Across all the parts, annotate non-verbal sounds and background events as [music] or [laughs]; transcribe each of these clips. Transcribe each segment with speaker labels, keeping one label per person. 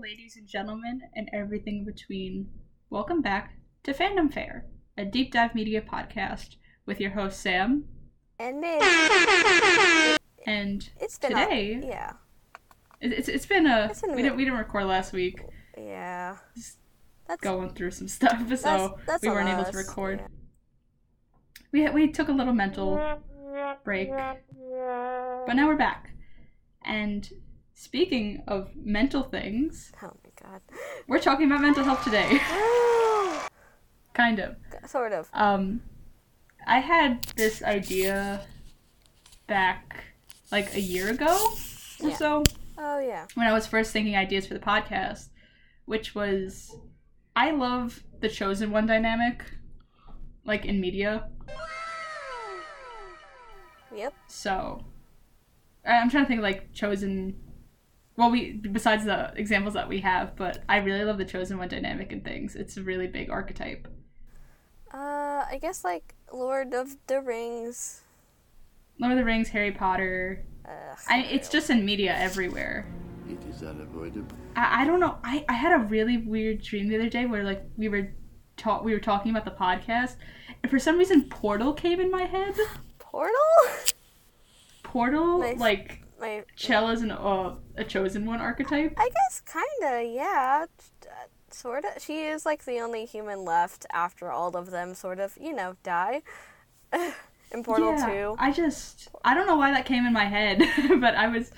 Speaker 1: ladies and gentlemen, and everything in between. Welcome back to Fandom Fair, a deep dive media podcast with your host Sam.
Speaker 2: And then
Speaker 1: And
Speaker 2: it's been
Speaker 1: Today-
Speaker 2: A, yeah,
Speaker 1: it- it's it's been a
Speaker 2: It's been a
Speaker 1: we didn't we didn't record last week,
Speaker 2: yeah.
Speaker 1: Just
Speaker 2: That's
Speaker 1: going through some [laughs] stuff, so
Speaker 2: that's
Speaker 1: we
Speaker 2: on
Speaker 1: weren't able
Speaker 2: us,
Speaker 1: to record.
Speaker 2: yeah.
Speaker 1: We had- we took a little mental break, but now we're back. And speaking of mental things,
Speaker 2: [laughs] Oh my god. [gasps]
Speaker 1: we're talking about mental health today, [laughs]
Speaker 2: Oh,
Speaker 1: kind of.
Speaker 2: sort of.
Speaker 1: um i had this idea back like a year ago or
Speaker 2: Yeah.
Speaker 1: so
Speaker 2: Oh yeah.
Speaker 1: when i was first thinking ideas for the podcast which was i love the chosen one dynamic like in media
Speaker 2: Yep.
Speaker 1: so I- i'm trying to think of, like chosen well we besides the examples that we have but i really love the chosen one dynamic in things it's a really big archetype
Speaker 2: Uh, I guess like Lord of the Rings. uh,
Speaker 1: lord of the rings harry potter
Speaker 2: Ugh,
Speaker 1: I, it's just in media everywhere
Speaker 3: It is unavoidable.
Speaker 1: I, I don't know. I, I had a really weird dream the other day where like we were ta- we were talking about the podcast, and for some reason Portal came in my head.
Speaker 2: Portal. [laughs]
Speaker 1: Portal,
Speaker 2: Nice.
Speaker 1: like
Speaker 2: my,
Speaker 1: Chell is an uh, a chosen one archetype.
Speaker 2: I guess kinda. Yeah. Sort of. She is like the only human left after all of them. Sort of. You know, die. [laughs] In Portal
Speaker 1: yeah,
Speaker 2: Two.
Speaker 1: I just I don't know why that came in my head, [laughs] but I was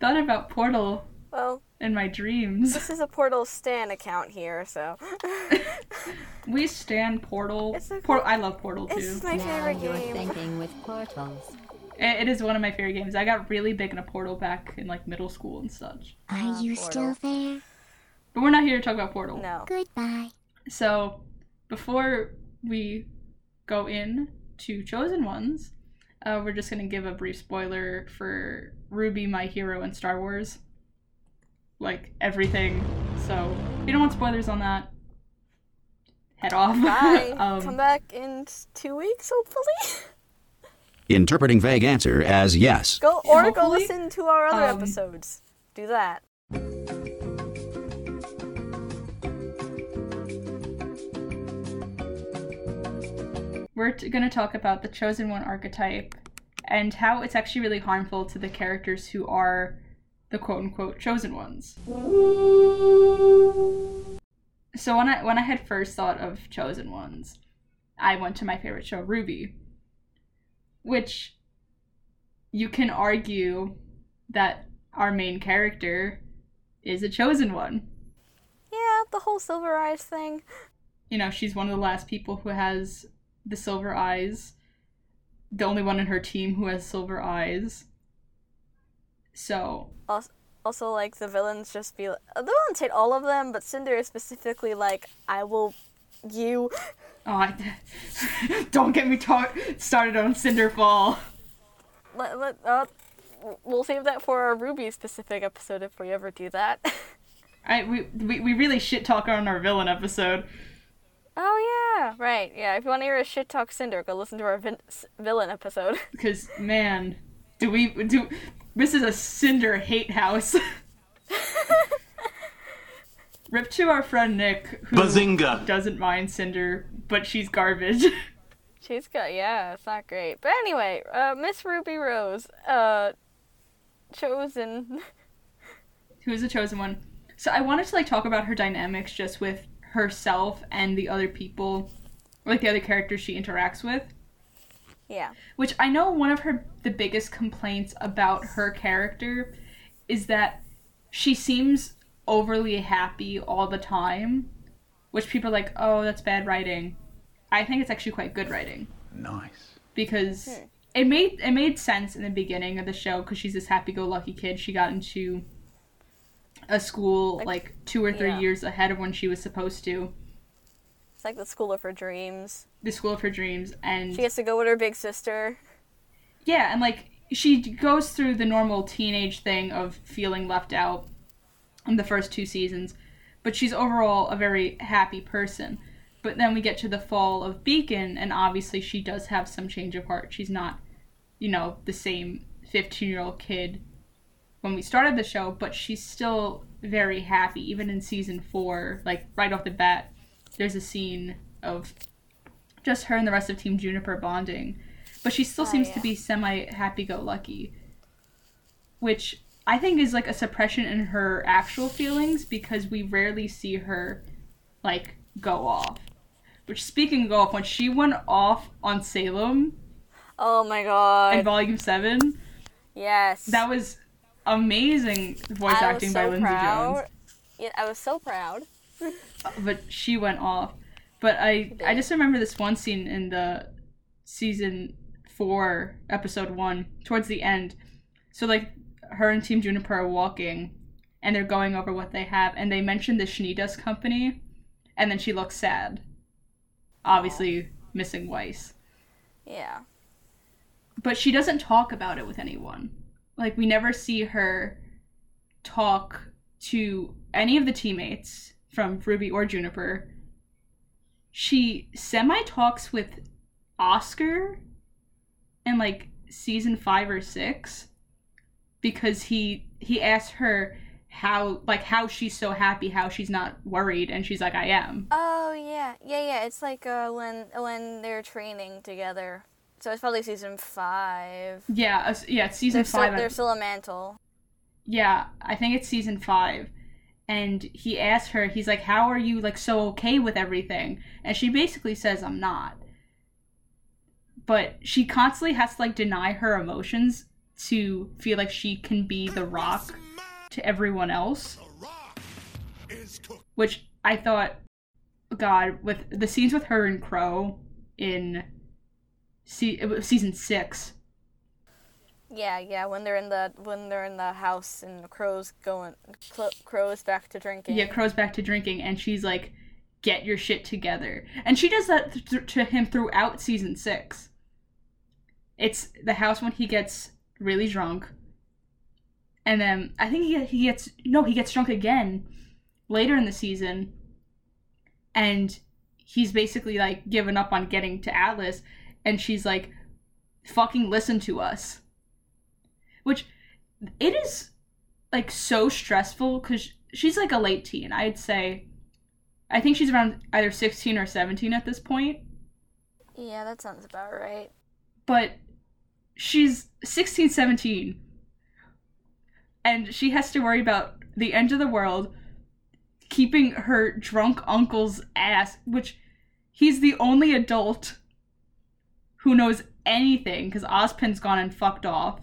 Speaker 1: thought about Portal
Speaker 2: Well,
Speaker 1: in my dreams.
Speaker 2: this is a Portal Stan account here,
Speaker 1: [laughs]
Speaker 2: so. [laughs]
Speaker 1: We stand Portal.
Speaker 2: It's okay.
Speaker 1: Portal. I love Portal too.
Speaker 2: it's my
Speaker 4: Now
Speaker 2: favorite
Speaker 4: you're
Speaker 2: game.
Speaker 4: thinking with portals.
Speaker 1: It- it is one of my favorite games. I got really big into Portal back in like middle school and such.
Speaker 2: Ah,
Speaker 5: Are you
Speaker 2: Portal.
Speaker 5: still there?
Speaker 1: But we're not here to talk about Portal.
Speaker 2: No.
Speaker 5: Goodbye.
Speaker 1: So, before we go in to chosen ones, uh, we're just gonna give a brief spoiler for Ruby, my hero, and Star Wars, like everything. So, if you don't want spoilers on that, head off.
Speaker 2: Bye.
Speaker 1: [laughs] um,
Speaker 2: Come back in t- two weeks, hopefully. [laughs]
Speaker 6: Interpreting vague answer as yes.
Speaker 2: go or go
Speaker 1: Hopefully.
Speaker 2: listen to our other
Speaker 1: Um,
Speaker 2: episodes. Do that.
Speaker 1: We're t- gonna talk about the chosen one archetype and how it's actually really harmful to the characters who are the quote unquote chosen ones. so when I when I had first thought of chosen ones, I went to my favorite show Ruby, which you can argue that our main character is a chosen one.
Speaker 2: Yeah, the whole Silver Eyes thing.
Speaker 1: You know, she's one of the last people who has the silver eyes. The only one in her team who has silver eyes. So,
Speaker 2: Also, also, like the villains just be. Like, the villains hate all of them, but Cinder is specifically like, I will, you.
Speaker 1: oh, I, [laughs] don't get me talk- started on Cinderfall.
Speaker 2: Let, let, uh, we'll save that for our Ruby specific episode if we ever do that. [laughs]
Speaker 1: I we, we we really shit talk on our villain episode.
Speaker 2: oh yeah, right. Yeah, if you want to hear a shit talk Cinder, go listen to our vin- s- villain episode. [laughs]
Speaker 1: Because man, do we do this is a cinder hate house. [laughs] Rip to our friend Nick, who
Speaker 7: Bazinga!
Speaker 1: doesn't mind cinder, but she's garbage. [laughs]
Speaker 2: She's got yeah, it's not great. But anyway, uh, Miss Ruby Rose, uh, chosen. [laughs]
Speaker 1: who is the chosen one? So I wanted to like talk about her dynamics just with herself and the other people, like the other characters she interacts with.
Speaker 2: yeah,
Speaker 1: which I know one of her the biggest complaints about her character is that she seems overly happy all the time, which people are like, "Oh, that's bad writing." I think it's actually quite good writing
Speaker 7: Nice.
Speaker 1: because it made it made sense in the beginning of the show because she's this happy-go-lucky kid. She got into a school like, two or three
Speaker 2: yeah.
Speaker 1: years ahead of when she was supposed to,
Speaker 2: it's like the school of her dreams.
Speaker 1: the school of her dreams, and
Speaker 2: She has to go with her big sister.
Speaker 1: Yeah, and like she goes through the normal teenage thing of feeling left out in the first two seasons, but she's overall a very happy person. But then we get to the fall of Beacon, and obviously she does have some change of heart. She's not, you know, the same 15 year old kid when we started the show, but she's still very happy. Even in season four, like right off the bat, there's a scene of just her and the rest of Team Juniper bonding, but she still
Speaker 2: Oh,
Speaker 1: seems to
Speaker 2: yeah.
Speaker 1: be semi happy go lucky, which I think is like a suppression in her actual feelings because we rarely see her like go off. Which speaking of go off, when she went off on Salem
Speaker 2: Oh my
Speaker 1: in
Speaker 2: god.
Speaker 1: Volume Seven,
Speaker 2: yes.
Speaker 1: that was amazing voice
Speaker 2: I was
Speaker 1: acting by
Speaker 2: so
Speaker 1: Lindsay
Speaker 2: proud.
Speaker 1: Jones.
Speaker 2: Yeah, I was so proud.
Speaker 1: But she went off. But I I just remember this one scene in the season four, episode one, towards the end. So like her and Team Juniper are walking and they're going over what they have and they mention the Schneidus company and then she looks sad. Obviously missing Weiss.
Speaker 2: Yeah.
Speaker 1: but she doesn't talk about it with anyone. Like we never see her talk to any of the teammates from Ruby or Juniper. She semi talks with Oscar in like season 5 or 6 because he he asks her how like how she's so happy, how she's not worried and she's like I am.
Speaker 2: Oh yeah, yeah, yeah. It's like uh, when when they're training together. So it's probably season five.
Speaker 1: Yeah, uh, s- yeah, it's season
Speaker 2: They're still,
Speaker 1: 5. I-
Speaker 2: they're still a mantle.
Speaker 1: Yeah, I think it's season five. And he asks her, he's like, How are you like so okay with everything? And she basically says, I'm not. But she constantly has to like deny her emotions to feel like she can be the rock to everyone else. Which I thought, God, with the scenes with her and Crow in se- it was season six,
Speaker 2: Yeah, yeah. When they're in the when they're in the house and the crows going cl- crows back to drinking.
Speaker 1: Yeah, Crow's back to drinking, and she's like, "Get your shit together," and she does that th- th- to him throughout season six. It's the house when he gets really drunk, and then I think he he gets no, he gets drunk again later in the season, and he's basically like given up on getting to Atlas, and she's like, "Fucking listen to us," which it is like so stressful because she's like a late teen. I'd say, I think she's around either sixteen or seventeen at this point.
Speaker 2: Yeah, that sounds about right.
Speaker 1: But she's 16, 17. and she has to worry about the end of the world, keeping her drunk uncle's ass, which he's the only adult who knows anything because Ospin's gone and fucked off.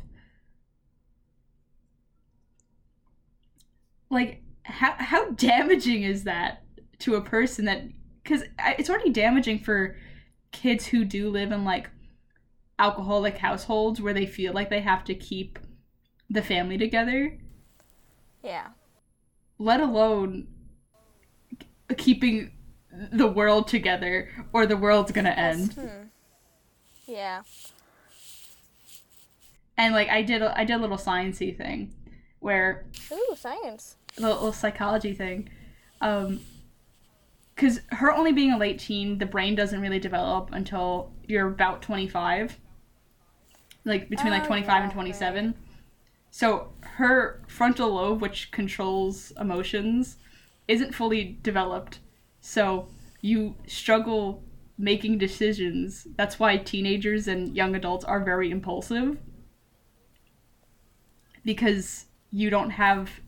Speaker 1: Like, how how damaging is that to a person that? Because it's already damaging for kids who do live in like alcoholic households where they feel like they have to keep the family together,
Speaker 2: Yeah.
Speaker 1: let alone k- keeping the world together or the world's gonna end.
Speaker 2: Yeah.
Speaker 1: And like I did, a, I did a little sciencey thing where
Speaker 2: Ooh, science.
Speaker 1: a little, little psychology thing, um, because her only being a late teen, the brain doesn't really develop until you're about twenty five, like between like
Speaker 2: Oh,
Speaker 1: twenty five
Speaker 2: yeah,
Speaker 1: and twenty seven. So her frontal lobe, which controls emotions, isn't fully developed. So you struggle making decisions. That's why teenagers and young adults are very impulsive because you don't have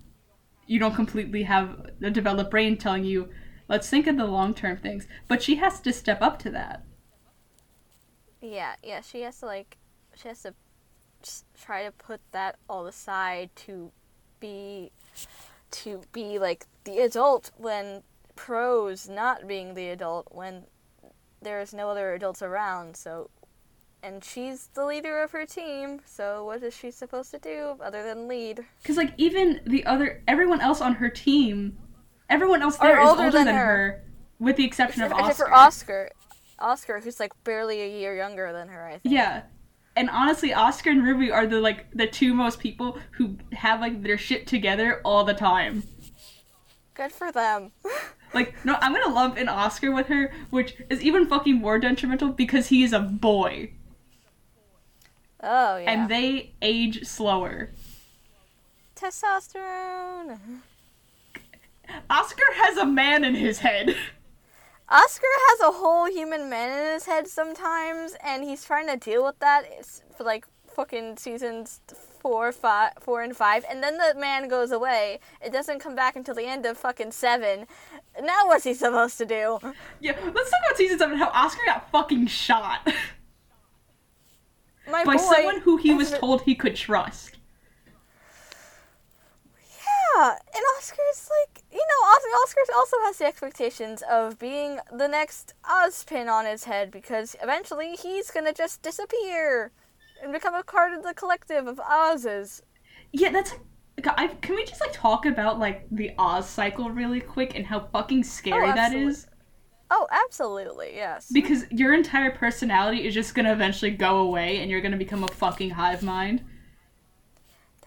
Speaker 1: you don't completely have a developed brain telling you let's think of the long-term things. But she has to step up to that.
Speaker 2: Yeah, yeah. She has to like, she has to s- try to put that all aside to be, to be like the adult when pros not being the adult when there's no other adults around. So, and she's the leader of her team. So what is she supposed to do other than lead?
Speaker 1: Because like even the other everyone else on her team, everyone else there is older, than, her. with the exception of
Speaker 2: Except
Speaker 1: Oscar.
Speaker 2: for Oscar, Oscar, who's like barely a year younger than her. I think.
Speaker 1: Yeah. And honestly, Oscar and Ruby are the like the two most people who have like their shit together all the time.
Speaker 2: Good for them. [laughs]
Speaker 1: Like, no, I'm gonna lump in Oscar with her, which is even fucking more detrimental because he is a boy.
Speaker 2: Oh yeah.
Speaker 1: And they age slower.
Speaker 2: Testosterone.
Speaker 1: Oscar has a man in his head.
Speaker 2: Oscar has a whole human man in his head sometimes, and he's trying to deal with that it's for like fucking seasons four, five, four and five, and then the man goes away. It doesn't come back until the end of fucking seven. Now what's he supposed to do?
Speaker 1: [laughs] Yeah, let's talk about season seven. How Oscar got fucking shot [laughs]
Speaker 2: My
Speaker 1: by
Speaker 2: boy,
Speaker 1: someone who he
Speaker 2: has
Speaker 1: was
Speaker 2: been-
Speaker 1: told he could trust.
Speaker 2: Yeah, and Oscar's like, you know, Os- Oscar also has the expectations of being the next Ozpin on his head because eventually he's gonna just disappear and become a part of the collective of Oz's.
Speaker 1: Yeah, that's like. God, I, can we just like talk about like the Oz cycle really quick and how fucking scary
Speaker 2: Oh,
Speaker 1: that is?
Speaker 2: Oh, absolutely, yes.
Speaker 1: Because your entire personality is just gonna eventually go away and you're gonna become a fucking hive mind.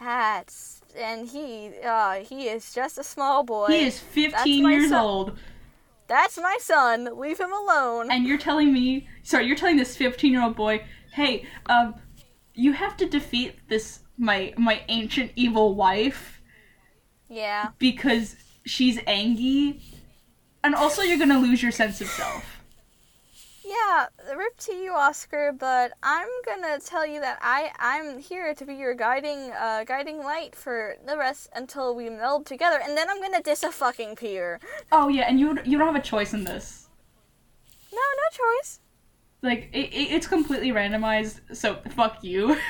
Speaker 2: That's and he, uh, he is just a small boy.
Speaker 1: He is 15
Speaker 2: my
Speaker 1: years
Speaker 2: son.
Speaker 1: old,
Speaker 2: That's my son. Leave him alone.
Speaker 1: and you're telling me, sorry, you're telling this 15 year old boy, hey, um, you have to defeat this my my ancient evil wife
Speaker 2: yeah.
Speaker 1: because she's angry, and also you're gonna lose your sense of self.
Speaker 2: Yeah, rip to you, Oscar. But I'm gonna tell you that I I'm here to be your guiding uh guiding light for the rest until we meld together, and then I'm gonna dis a fucking peer.
Speaker 1: Oh yeah, and you you don't have a choice in this.
Speaker 2: No, no choice.
Speaker 1: Like it, it, it's completely randomized, so fuck you. [laughs]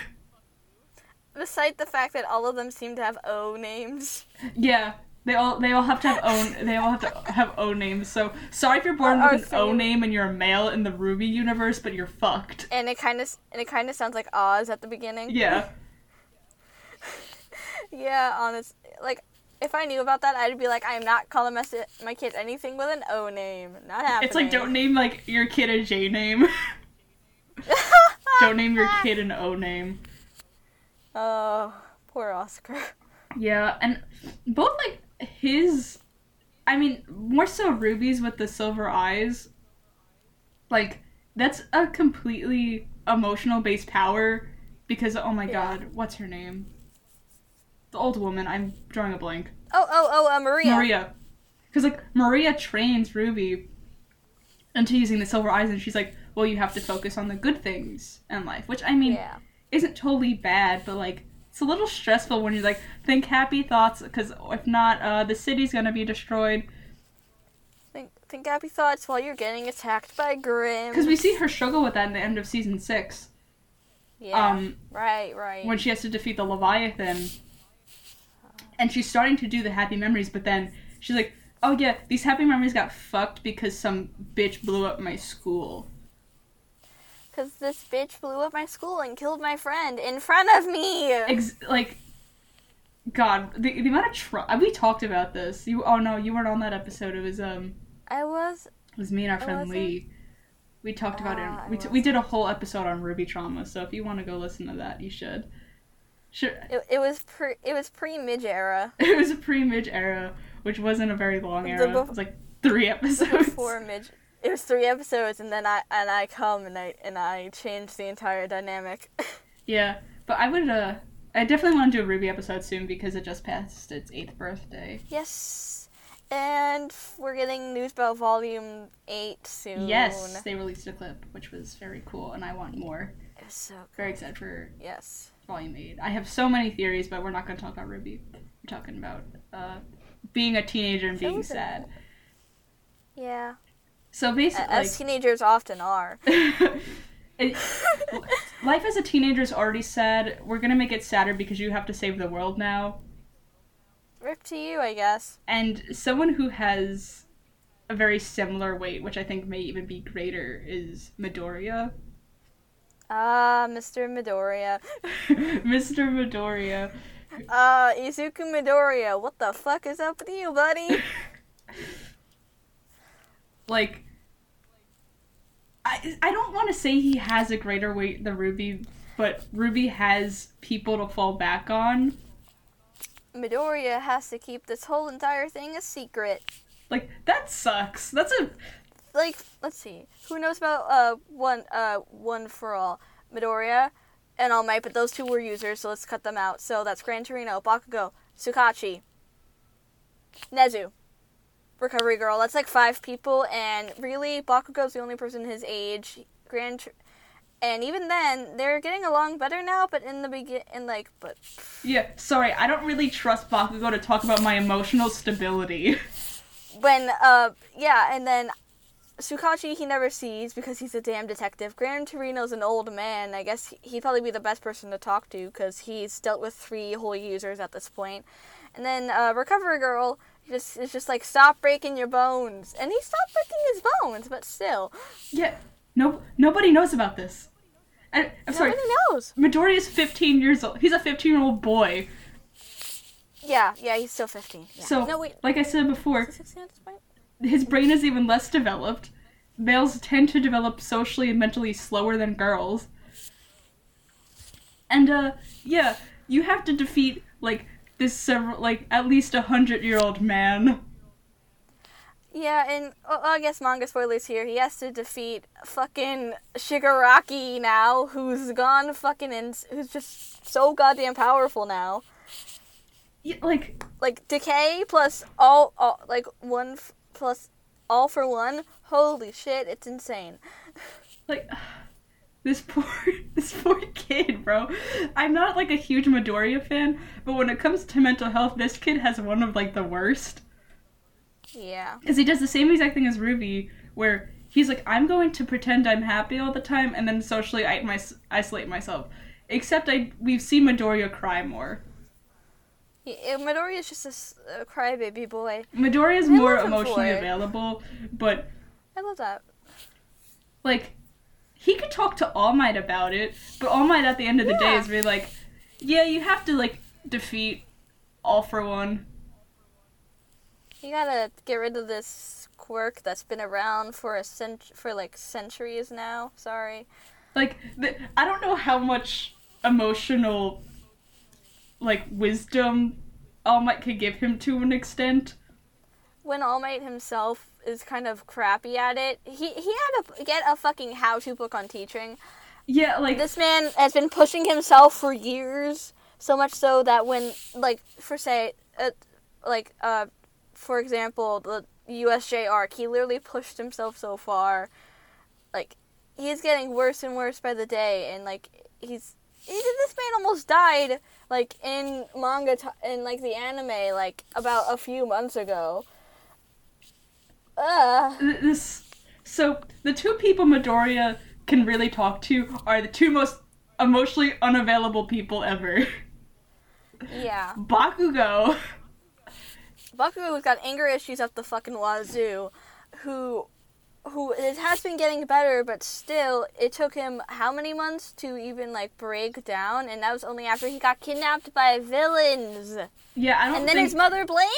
Speaker 2: Beside the fact that all of them seem to have O names.
Speaker 1: yeah, they all they all have to have own they all have to have own names. So sorry if you're born
Speaker 2: Our
Speaker 1: with an O
Speaker 2: same-
Speaker 1: name and you're a male in the Ruby universe, but you're fucked.
Speaker 2: And it kind of and it kind of sounds like Oz at the
Speaker 1: [laughs]
Speaker 2: beginning.
Speaker 1: Yeah.
Speaker 2: Yeah, honest. Like, if I knew about that, I'd be like, I'm not calling my, si- my kid anything with an O name. Not happening.
Speaker 1: It's like don't name like your kid a J [laughs] name. don't name your kid an O name.
Speaker 2: Oh, poor Oscar. [laughs]
Speaker 1: Yeah, and both like his I mean, more so Ruby's with the silver eyes. Like that's a completely emotional based power because oh my
Speaker 2: Yeah.
Speaker 1: god, what's her name? The old woman, I'm drawing a blank.
Speaker 2: Oh, oh, oh, uh, Maria.
Speaker 1: Maria. Because, like, Maria trains Ruby into using the silver eyes, and she's like, well, you have to focus on the good things in life, which I mean,
Speaker 2: Yeah.
Speaker 1: isn't totally bad, but, like, it's a little stressful when you're like, think happy thoughts, because if not, uh, the city's gonna be destroyed.
Speaker 2: Think, think happy thoughts while you're getting attacked by Grim.
Speaker 1: Because we see her struggle with that in the end of season six,
Speaker 2: Yeah.
Speaker 1: um,
Speaker 2: right, right.
Speaker 1: when she has to defeat the Leviathan, and she's starting to do the happy memories, but then she's like, oh yeah, these happy memories got fucked because some bitch blew up my school.
Speaker 2: Because this bitch blew up my school and killed my friend in front of me.
Speaker 1: ex- like god the, the amount of trauma we talked about this you oh no you weren't on that episode it was um
Speaker 2: I was.
Speaker 1: it was me and our
Speaker 2: Oh,
Speaker 1: friend
Speaker 2: was it?
Speaker 1: lee we talked about
Speaker 2: Ah, I
Speaker 1: it we, t- we did a whole episode on ruby trauma so if you want to go listen to that you should sure [laughs]
Speaker 2: It, it was pre. It was pre midge era.
Speaker 1: it was a pre-midge era which wasn't a very long
Speaker 2: The
Speaker 1: era
Speaker 2: bef-
Speaker 1: it was like three [laughs] episodes
Speaker 2: Before midge. It was three episodes, and then I and I come and I and I change the entire dynamic. [laughs]
Speaker 1: yeah but i would uh i definitely want to do a ruby episode soon because it just passed its eighth birthday
Speaker 2: Yes. And we're getting News Bell Volume 8 soon.
Speaker 1: yes they released a clip which was very cool and i want more
Speaker 2: It's so good.
Speaker 1: very excited for
Speaker 2: Yes.
Speaker 1: volume 8. I have so many theories, but we're not going to talk about Ruby. We're talking about uh, being a teenager and being
Speaker 2: Things that-
Speaker 1: sad.
Speaker 2: Yeah.
Speaker 1: So basically,
Speaker 2: As teenagers often are. [laughs]
Speaker 1: [laughs] it- life as a teenager is already sad. We're going to make it sadder because you have to save the world now.
Speaker 2: Rip to you, I guess.
Speaker 1: And someone who has a very similar weight, which I think may even be greater, is Midoriya. [laughs]
Speaker 2: Ah, Mr. Midoriya.
Speaker 1: Mr. Midoriya.
Speaker 2: Uh, Izuku Midoriya, what the fuck is up with you, buddy?
Speaker 1: like I I don't want to say he has a greater weight than Ruby, but Ruby has people to fall back on.
Speaker 2: Midoriya has to keep this whole entire thing a secret.
Speaker 1: Like that sucks. That's a
Speaker 2: Like, let's see. Who knows about, uh, one, uh, one for all? Midoriya and All Might, but those two were users, so let's cut them out. So that's Gran Torino, Bakugo, Tsukachi, Nezu. Recovery Girl. That's like five people, and really, Bakugo's the only person his age. Grand, Tr- and even then, they're getting along better now. But in the begin, in like, but
Speaker 1: Yeah, sorry, I don't really trust Bakugo to talk about my emotional stability. [laughs]
Speaker 2: when uh yeah and then Tsukachi he never sees because he's a damn detective. Gran Torino's an old man. I guess he- he'd probably be the best person to talk to because he's dealt with three whole users at this point. And then uh, Recovery Girl just is just like stop breaking your bones, and he stopped breaking his bones, but still
Speaker 1: yeah, no, nobody knows about this. I, I'm sorry.
Speaker 2: nobody knows.
Speaker 1: Midori is 15 years old. He's a 15 year old boy.
Speaker 2: Yeah, yeah, he's still fifteen. Yeah.
Speaker 1: So,
Speaker 2: no wait,
Speaker 1: like I said before,
Speaker 2: sixteen at this point.
Speaker 1: his brain is even less developed. Males tend to develop socially and mentally slower than girls. And uh yeah, you have to defeat like this several like at least a hundred year old man.
Speaker 2: Yeah, and oh, I guess manga spoilers here. He has to defeat fucking Shigaraki now, who's gone fucking and who's just so goddamn powerful now.
Speaker 1: Y- Like
Speaker 2: Like decay plus all, all like one f- plus all for one. Holy shit, it's insane.
Speaker 1: like [sighs] this poor [laughs] this poor kid, bro. I'm not like a huge Midoriya fan, but when it comes to mental health, this kid has one of like the worst.
Speaker 2: Yeah,
Speaker 1: Because he does the same exact thing as Ruby, where he's like, I'm going to pretend I'm happy all the time and then socially I- my- isolate myself. Except I we've seen Midoriya cry more.
Speaker 2: Y- y- Midori is just a, s- a crybaby boy.
Speaker 1: Midoriya's
Speaker 2: I
Speaker 1: more
Speaker 2: love him for
Speaker 1: emotionally
Speaker 2: it.
Speaker 1: available, but
Speaker 2: I love that.
Speaker 1: like he could talk to All Might about it, but All Might at the end of the day
Speaker 2: Yeah.
Speaker 1: is really like, yeah, you have to like defeat All for One.
Speaker 2: You gotta get rid of this quirk that's been around for a cent- for like centuries now. Sorry.
Speaker 1: like th- i don't know how much emotional like wisdom all might could give him to an extent
Speaker 2: when All Might himself is kind of crappy at it, he he had to get a fucking how-to book on teaching.
Speaker 1: yeah like
Speaker 2: This man has been pushing himself for years, so much so that when like for say uh, like uh for example, the USJ arc, he literally pushed himself so far. Like he's getting worse and worse by the day and like he's he- this man almost died like in manga t- in like the anime like about a few months ago. Uh, Ugh.
Speaker 1: th- this so the two people midoriya can really talk to are the two most emotionally unavailable people ever [laughs]
Speaker 2: Yeah.
Speaker 1: bakugo
Speaker 2: Bakugo has got anger issues up the fucking wazoo, who, who it has been getting better, but still, it took him how many months to even like break down, and that was only after he got kidnapped by villains,
Speaker 1: yeah i don't
Speaker 2: and then
Speaker 1: think
Speaker 2: his mother blamed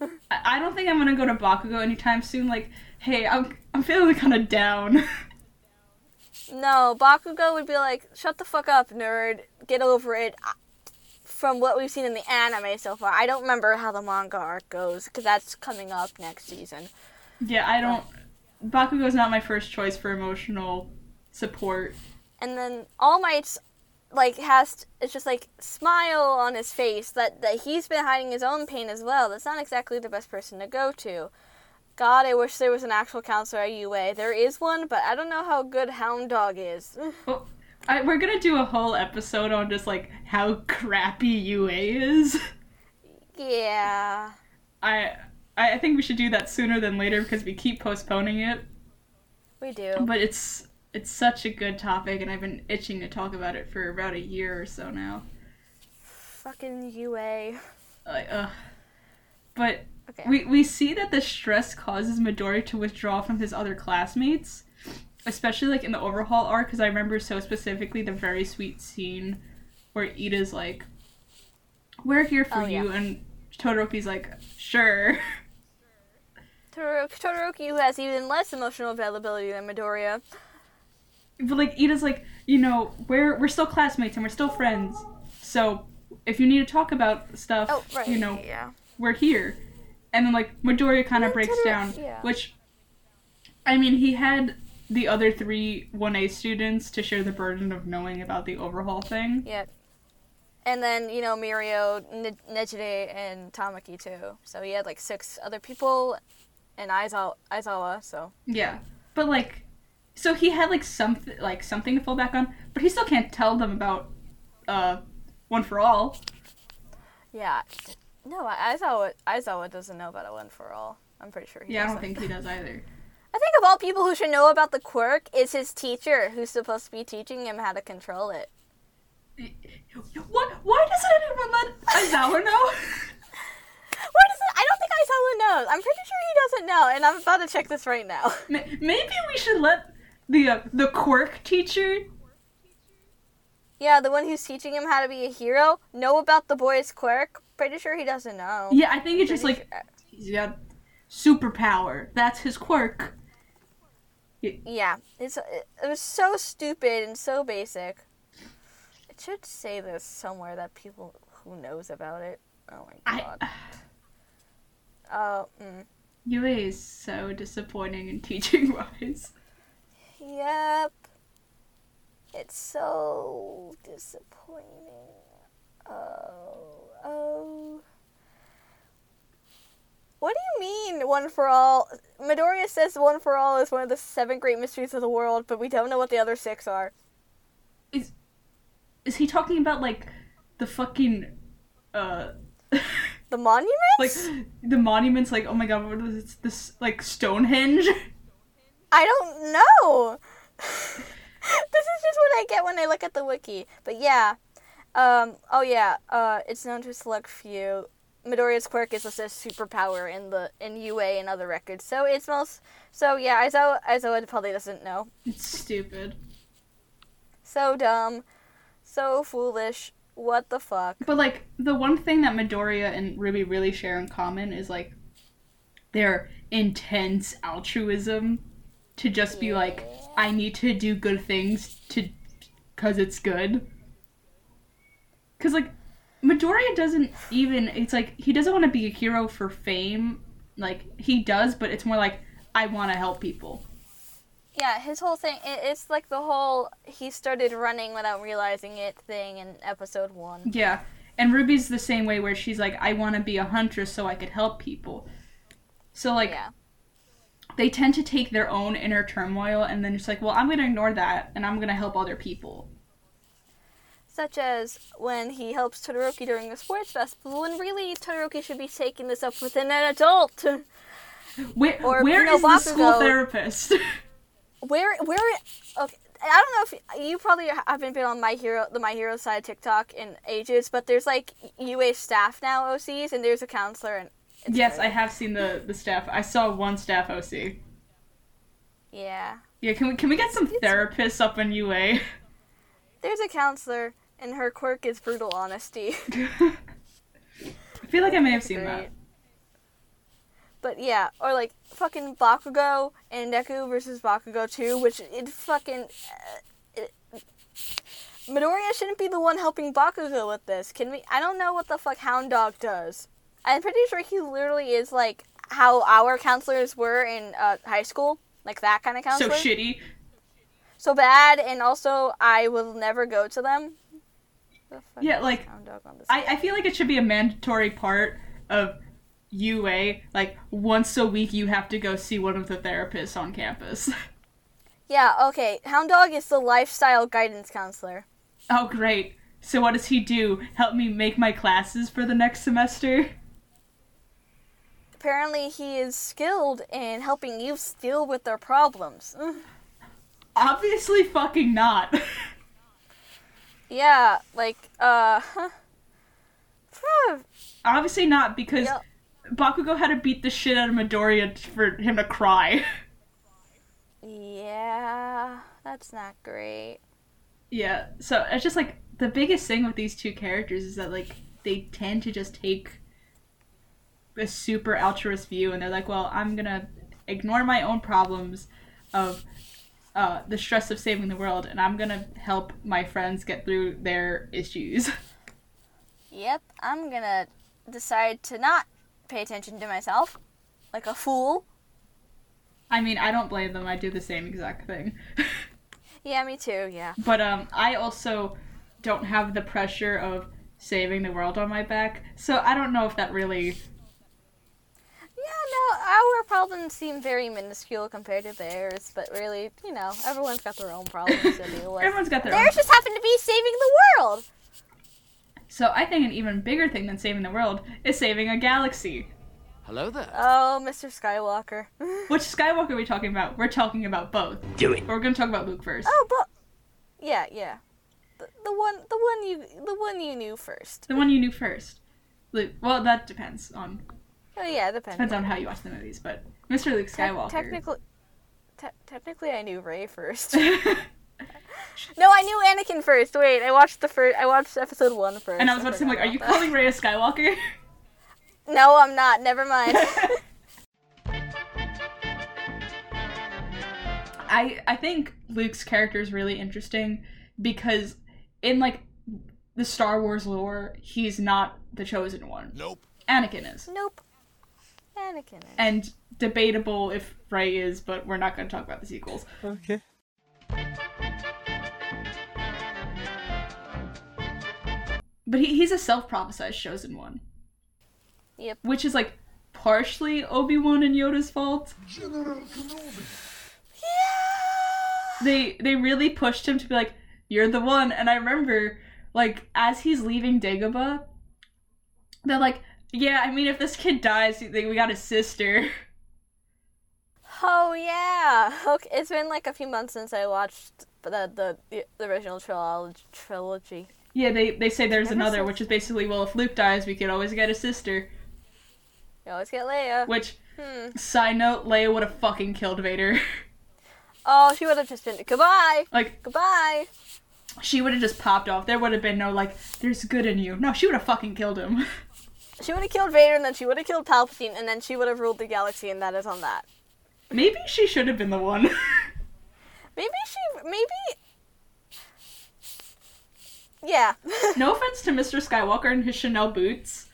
Speaker 2: him.
Speaker 1: I-, I don't think i'm gonna go to bakugo anytime soon like hey i'm i'm feeling kind of down [laughs]
Speaker 2: No, Bakugo would be like, "Shut the fuck up, nerd. Get over it." I- From what we've seen in the anime so far, I don't remember how the manga arc goes because that's coming up next season.
Speaker 1: yeah i don't bakugo's not my first choice for emotional support
Speaker 2: and then All Might's like has t- it's just like smile on his face that that he's been hiding his own pain as well. That's not exactly the best person to go to. God, I wish there was an actual counselor at UA. There is one, but I don't know how good Hound Dog is. [laughs]
Speaker 1: Well, I, we're gonna do a whole episode on just like how crappy UA is. [laughs]
Speaker 2: yeah.
Speaker 1: I I I think we should do that sooner than later because we keep postponing it.
Speaker 2: We do.
Speaker 1: But it's it's such a good topic, and I've been itching to talk about it for about a year or so now.
Speaker 2: Fucking UA.
Speaker 1: Like, ugh. But
Speaker 2: Okay.
Speaker 1: we we see that the stress causes Midori to withdraw from his other classmates, especially like in the overhaul arc. Because I remember so specifically the very sweet scene where Ida's like, "We're here for
Speaker 2: Oh, yeah.
Speaker 1: you," and Todoroki's like, "Sure." [laughs]
Speaker 2: Todoroki, Todoroki, who has even less emotional availability than Midoriya.
Speaker 1: But like Ida's like, you know, we're we're still classmates and we're still friends. So if you need to talk about stuff,
Speaker 2: Oh, right.
Speaker 1: you know,
Speaker 2: Yeah.
Speaker 1: we're here. And then like Midoriya kind of
Speaker 2: Then
Speaker 1: breaks
Speaker 2: Todor-
Speaker 1: down,
Speaker 2: yeah.
Speaker 1: which I mean, he had the other three 1A students to share the burden of knowing about the overhaul thing.
Speaker 2: Yeah. and then you know Mirio, N- Nejide, and Tamaki too. So he had like six other people, and Aizawa. Aizawa so
Speaker 1: Yeah, but like, so he had like something, like something to fall back on, but he still can't tell them about, uh, one for all.
Speaker 2: yeah, no, Aizawa. Aizawa doesn't know about a one for all. I'm pretty sure. He
Speaker 1: Yeah, I don't
Speaker 2: doesn't.
Speaker 1: think he does either.
Speaker 2: I think of all people who should know about the quirk is his teacher, who's supposed to be teaching him how to control it.
Speaker 1: What? Why doesn't anyone let Aizawa know?
Speaker 2: Why does it? I don't think Aizawa knows. I'm pretty sure he doesn't know, and I'm about to check this right now. [laughs]
Speaker 1: Ma- Maybe we should let the uh, the quirk teacher.
Speaker 2: Yeah, the one who's teaching him how to be a hero know about the boy's quirk. Pretty sure he doesn't know.
Speaker 1: Yeah, I think it's just
Speaker 2: Pretty
Speaker 1: like
Speaker 2: sure-
Speaker 1: he's got superpower. That's his quirk.
Speaker 2: yeah, it's it, it was so stupid and so basic. It should say this somewhere that people who knows about it. Oh my
Speaker 1: I-
Speaker 2: god. Oh, mm.
Speaker 1: Yue is so disappointing in teaching wise.
Speaker 2: Yep. It's so disappointing. Oh, oh. What do you mean, one for all? Midoriya says one for all is one of the seven great mysteries of the world, but we don't know what the other six are.
Speaker 1: Is he talking about like the fucking uh
Speaker 2: The monuments?
Speaker 1: like the monuments like oh my god what is this like Stonehenge?
Speaker 2: I don't know. [laughs] this is just what I get when I look at the wiki. But yeah. Um, oh yeah. Uh, it's known to a select few. Midoriya's quirk is listed as superpower in the in UA and other records. So it's most. So yeah, Aizawa, Aizawa probably doesn't know.
Speaker 1: It's stupid.
Speaker 2: So dumb. So foolish. What the fuck?
Speaker 1: But like the one thing that Midoriya and Ruby really share in common is like their intense altruism to just be like I need to do good things to cuz it's good. Cuz like Midoriya doesn't even it's like he doesn't want to be a hero for fame. Like he does, but it's more like I want to help people.
Speaker 2: Yeah, his whole thing. It, it's like the whole he started running without realizing it thing in episode one.
Speaker 1: Yeah. And Ruby's the same way where she's like I want to be a hunter so I could help people. So like
Speaker 2: Yeah.
Speaker 1: they tend to take their own inner turmoil and then it's like, well, I'm going to ignore that and I'm going to help other people.
Speaker 2: such as when he helps Todoroki during the sports festival, when really Todoroki should be taking this up with an adult. [laughs]
Speaker 1: Where,
Speaker 2: Or
Speaker 1: where
Speaker 2: Pino
Speaker 1: is the school
Speaker 2: Bakugo. [laughs]
Speaker 1: therapist? [laughs]
Speaker 2: Where, where, okay, I don't know if you probably haven't been on my hero, the My Hero side TikTok in ages, but there's like UA staff now OCs, and there's a counselor, and it's
Speaker 1: yes, I
Speaker 2: great.
Speaker 1: have seen the, the staff. I saw one staff OC.
Speaker 2: yeah,
Speaker 1: Yeah, can we can we get some therapists up in [laughs] UA?
Speaker 2: there's a counselor, and her quirk is brutal honesty. [laughs]
Speaker 1: I feel like I may have seen that.
Speaker 2: Great. But yeah, or like fucking Bakugo and Deku versus Bakugo 2, which it fucking. Uh, it, Midoriya shouldn't be the one helping Bakugo with this. Can we? I don't know what the fuck Hound Dog does. I'm pretty sure he literally is like how our counselors were in uh, high school, like that kind of
Speaker 1: So
Speaker 2: counselor.
Speaker 1: shitty.
Speaker 2: So bad, and also I will never go to them. The fuck
Speaker 1: Yeah,
Speaker 2: is
Speaker 1: like,
Speaker 2: Hound Dog on this.
Speaker 1: I, I feel like it should be a mandatory part of UA. Like once a week, you have to go see one of the therapists on campus. [laughs]
Speaker 2: yeah, okay. Hound Dog is the lifestyle guidance counselor.
Speaker 1: Oh, great. So, what does he do? Help me make my classes for the next semester?
Speaker 2: apparently he is skilled in helping youths deal with their problems. Mm.
Speaker 1: Obviously, fucking not. [laughs]
Speaker 2: yeah, like uh huh.
Speaker 1: Obviously, not because
Speaker 2: Yep.
Speaker 1: Bakugo had to beat the shit out of Midoriya t- for him to cry. [laughs]
Speaker 2: Yeah, that's not great.
Speaker 1: yeah, so it's just like the biggest thing with these two characters is that, like, they tend to just take a super altruist view and they're like, well, I'm gonna ignore my own problems of uh, the stress of saving the world and I'm gonna help my friends get through their issues. [laughs]
Speaker 2: Yep, I'm going to decide to not pay attention to myself like a fool.
Speaker 1: I mean, I don't blame them. I do the same exact thing. [laughs]
Speaker 2: Yeah, me too. Yeah.
Speaker 1: but um I also don't have the pressure of saving the world on my back. So I don't know if that really.
Speaker 2: Yeah, no, our problems seem very minuscule compared to theirs, but really, you know, everyone's got their own problems to deal with.
Speaker 1: Everyone's got their own.
Speaker 2: theirs just happened to be saving the world.
Speaker 1: So I think an even bigger thing than saving the world is saving a galaxy.
Speaker 4: Hello there.
Speaker 2: Oh, Mr. Skywalker. [laughs]
Speaker 1: Which Skywalker are we talking about? We're talking about both.
Speaker 4: Do it.
Speaker 1: But we're gonna talk about Luke first.
Speaker 2: Oh, but yeah, yeah, the, the one, the one you, the one you knew first.
Speaker 1: The one you knew first. Luke. Well, that depends on
Speaker 2: Oh yeah, depends.
Speaker 1: depends on how you watch the movies, but Mr. Luke Skywalker.
Speaker 2: Technically, te- technically, I knew Ray first. [laughs] no, I knew Anakin first. Wait, I watched the first. I watched episode one
Speaker 1: [laughs]
Speaker 2: first.
Speaker 1: and I was about to say, I'm like,
Speaker 2: forgot
Speaker 1: are you
Speaker 2: about
Speaker 1: calling Ray a Skywalker?
Speaker 2: that. [laughs] No, I'm not. Never
Speaker 1: [laughs]
Speaker 2: mind. [laughs]
Speaker 1: I I think Luke's character is really interesting because in like the Star Wars lore, he's not the chosen one. Nope. Anakin is.
Speaker 2: nope. Anakin.
Speaker 1: And debatable if Ray is, but we're not going to talk about the sequels.
Speaker 4: Okay.
Speaker 1: But he, he's a self-prophesized chosen one,
Speaker 2: Yep.
Speaker 1: which is like partially Obi-Wan and Yoda's fault. they they really pushed him to be like, "You're the one." And I remember, like, as he's leaving Dagobah, they're like, "Yeah, I mean, if this kid dies, they- we got a sister." [laughs]
Speaker 2: Oh yeah. Okay, it's been like a few months since I watched the the the, the original trilogy. Trilogy.
Speaker 1: Yeah, they they say there's
Speaker 2: Never
Speaker 1: another,
Speaker 2: said-
Speaker 1: which is basically, well, if Luke dies, we could always get a sister.
Speaker 2: You always get Leia.
Speaker 1: Which, side note, Leia would have fucking killed Vader. [laughs]
Speaker 2: Oh, she would have just been goodbye.
Speaker 1: like,
Speaker 2: Goodbye.
Speaker 1: she would have just popped off. There would have been no like, "There's good in you." No, she would have fucking killed him. [laughs]
Speaker 2: She would have killed Vader, and then she would have killed Palpatine, and then she would have ruled the galaxy, and that is on that.
Speaker 1: Maybe she should have been the one. [laughs]
Speaker 2: Maybe she. Maybe. Yeah. [laughs]
Speaker 1: No offense to Mr. Skywalker and his Chanel boots.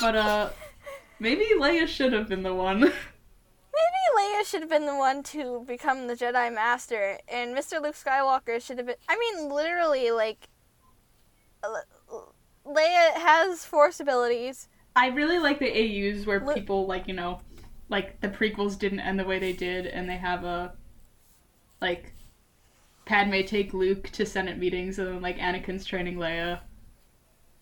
Speaker 1: but uh maybe Leia should have been the one. [laughs]
Speaker 2: maybe Leia should have been the one to become the Jedi Master, and Mr. Luke Skywalker should have been. I mean, literally, like. Le- Leia has force abilities.
Speaker 1: I really like the AUs where
Speaker 2: Look-
Speaker 1: people like, you know, like the prequels didn't end the way they did and they have a like Padme take Luke to Senate meetings and then like Anakin's training Leia.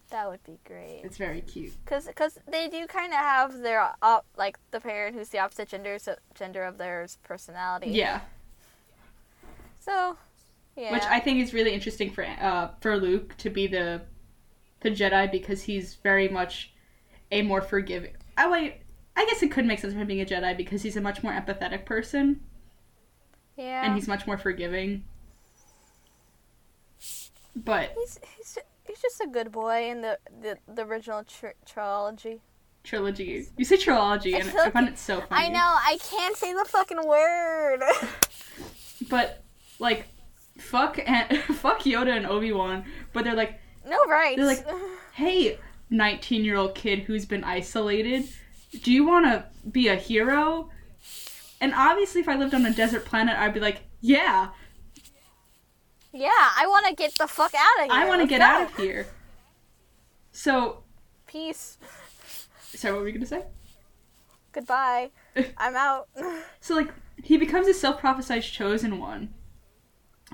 Speaker 2: That would be great.
Speaker 1: It's very cute.
Speaker 2: Cause, Cause, they do kind of have their op- like the parent who's the opposite gender so, gender of their personality.
Speaker 1: Yeah.
Speaker 2: So, yeah.
Speaker 1: Which I think is really interesting for uh, for Luke to be the the Jedi because he's very much a more forgiving. I wait. I guess it could make sense for him being a Jedi because he's a much more empathetic person
Speaker 2: yeah.
Speaker 1: and he's much more forgiving. But
Speaker 2: He's he's he's just a good boy in the the, the original tr- trilogy.
Speaker 1: trilogy. You say trilogy, and I find it so funny.
Speaker 2: I know I can't say the fucking word.
Speaker 1: But like, fuck and [laughs] fuck Yoda and Obi Wan. But they're like,
Speaker 2: [laughs] no rights.
Speaker 1: They're like, hey, 19 year old kid who's been isolated, do you want to be a hero? And obviously, if I lived on a desert planet, I'd be like, yeah,
Speaker 2: [laughs] yeah, I want to get the fuck out of here.
Speaker 1: I want to
Speaker 2: Let's
Speaker 1: get
Speaker 2: go.
Speaker 1: out of here. So,
Speaker 2: Peace.
Speaker 1: sorry, what were we going to say? [laughs]
Speaker 2: Goodbye. I'm out. [laughs]
Speaker 1: So, like, he becomes a self prophesized chosen one.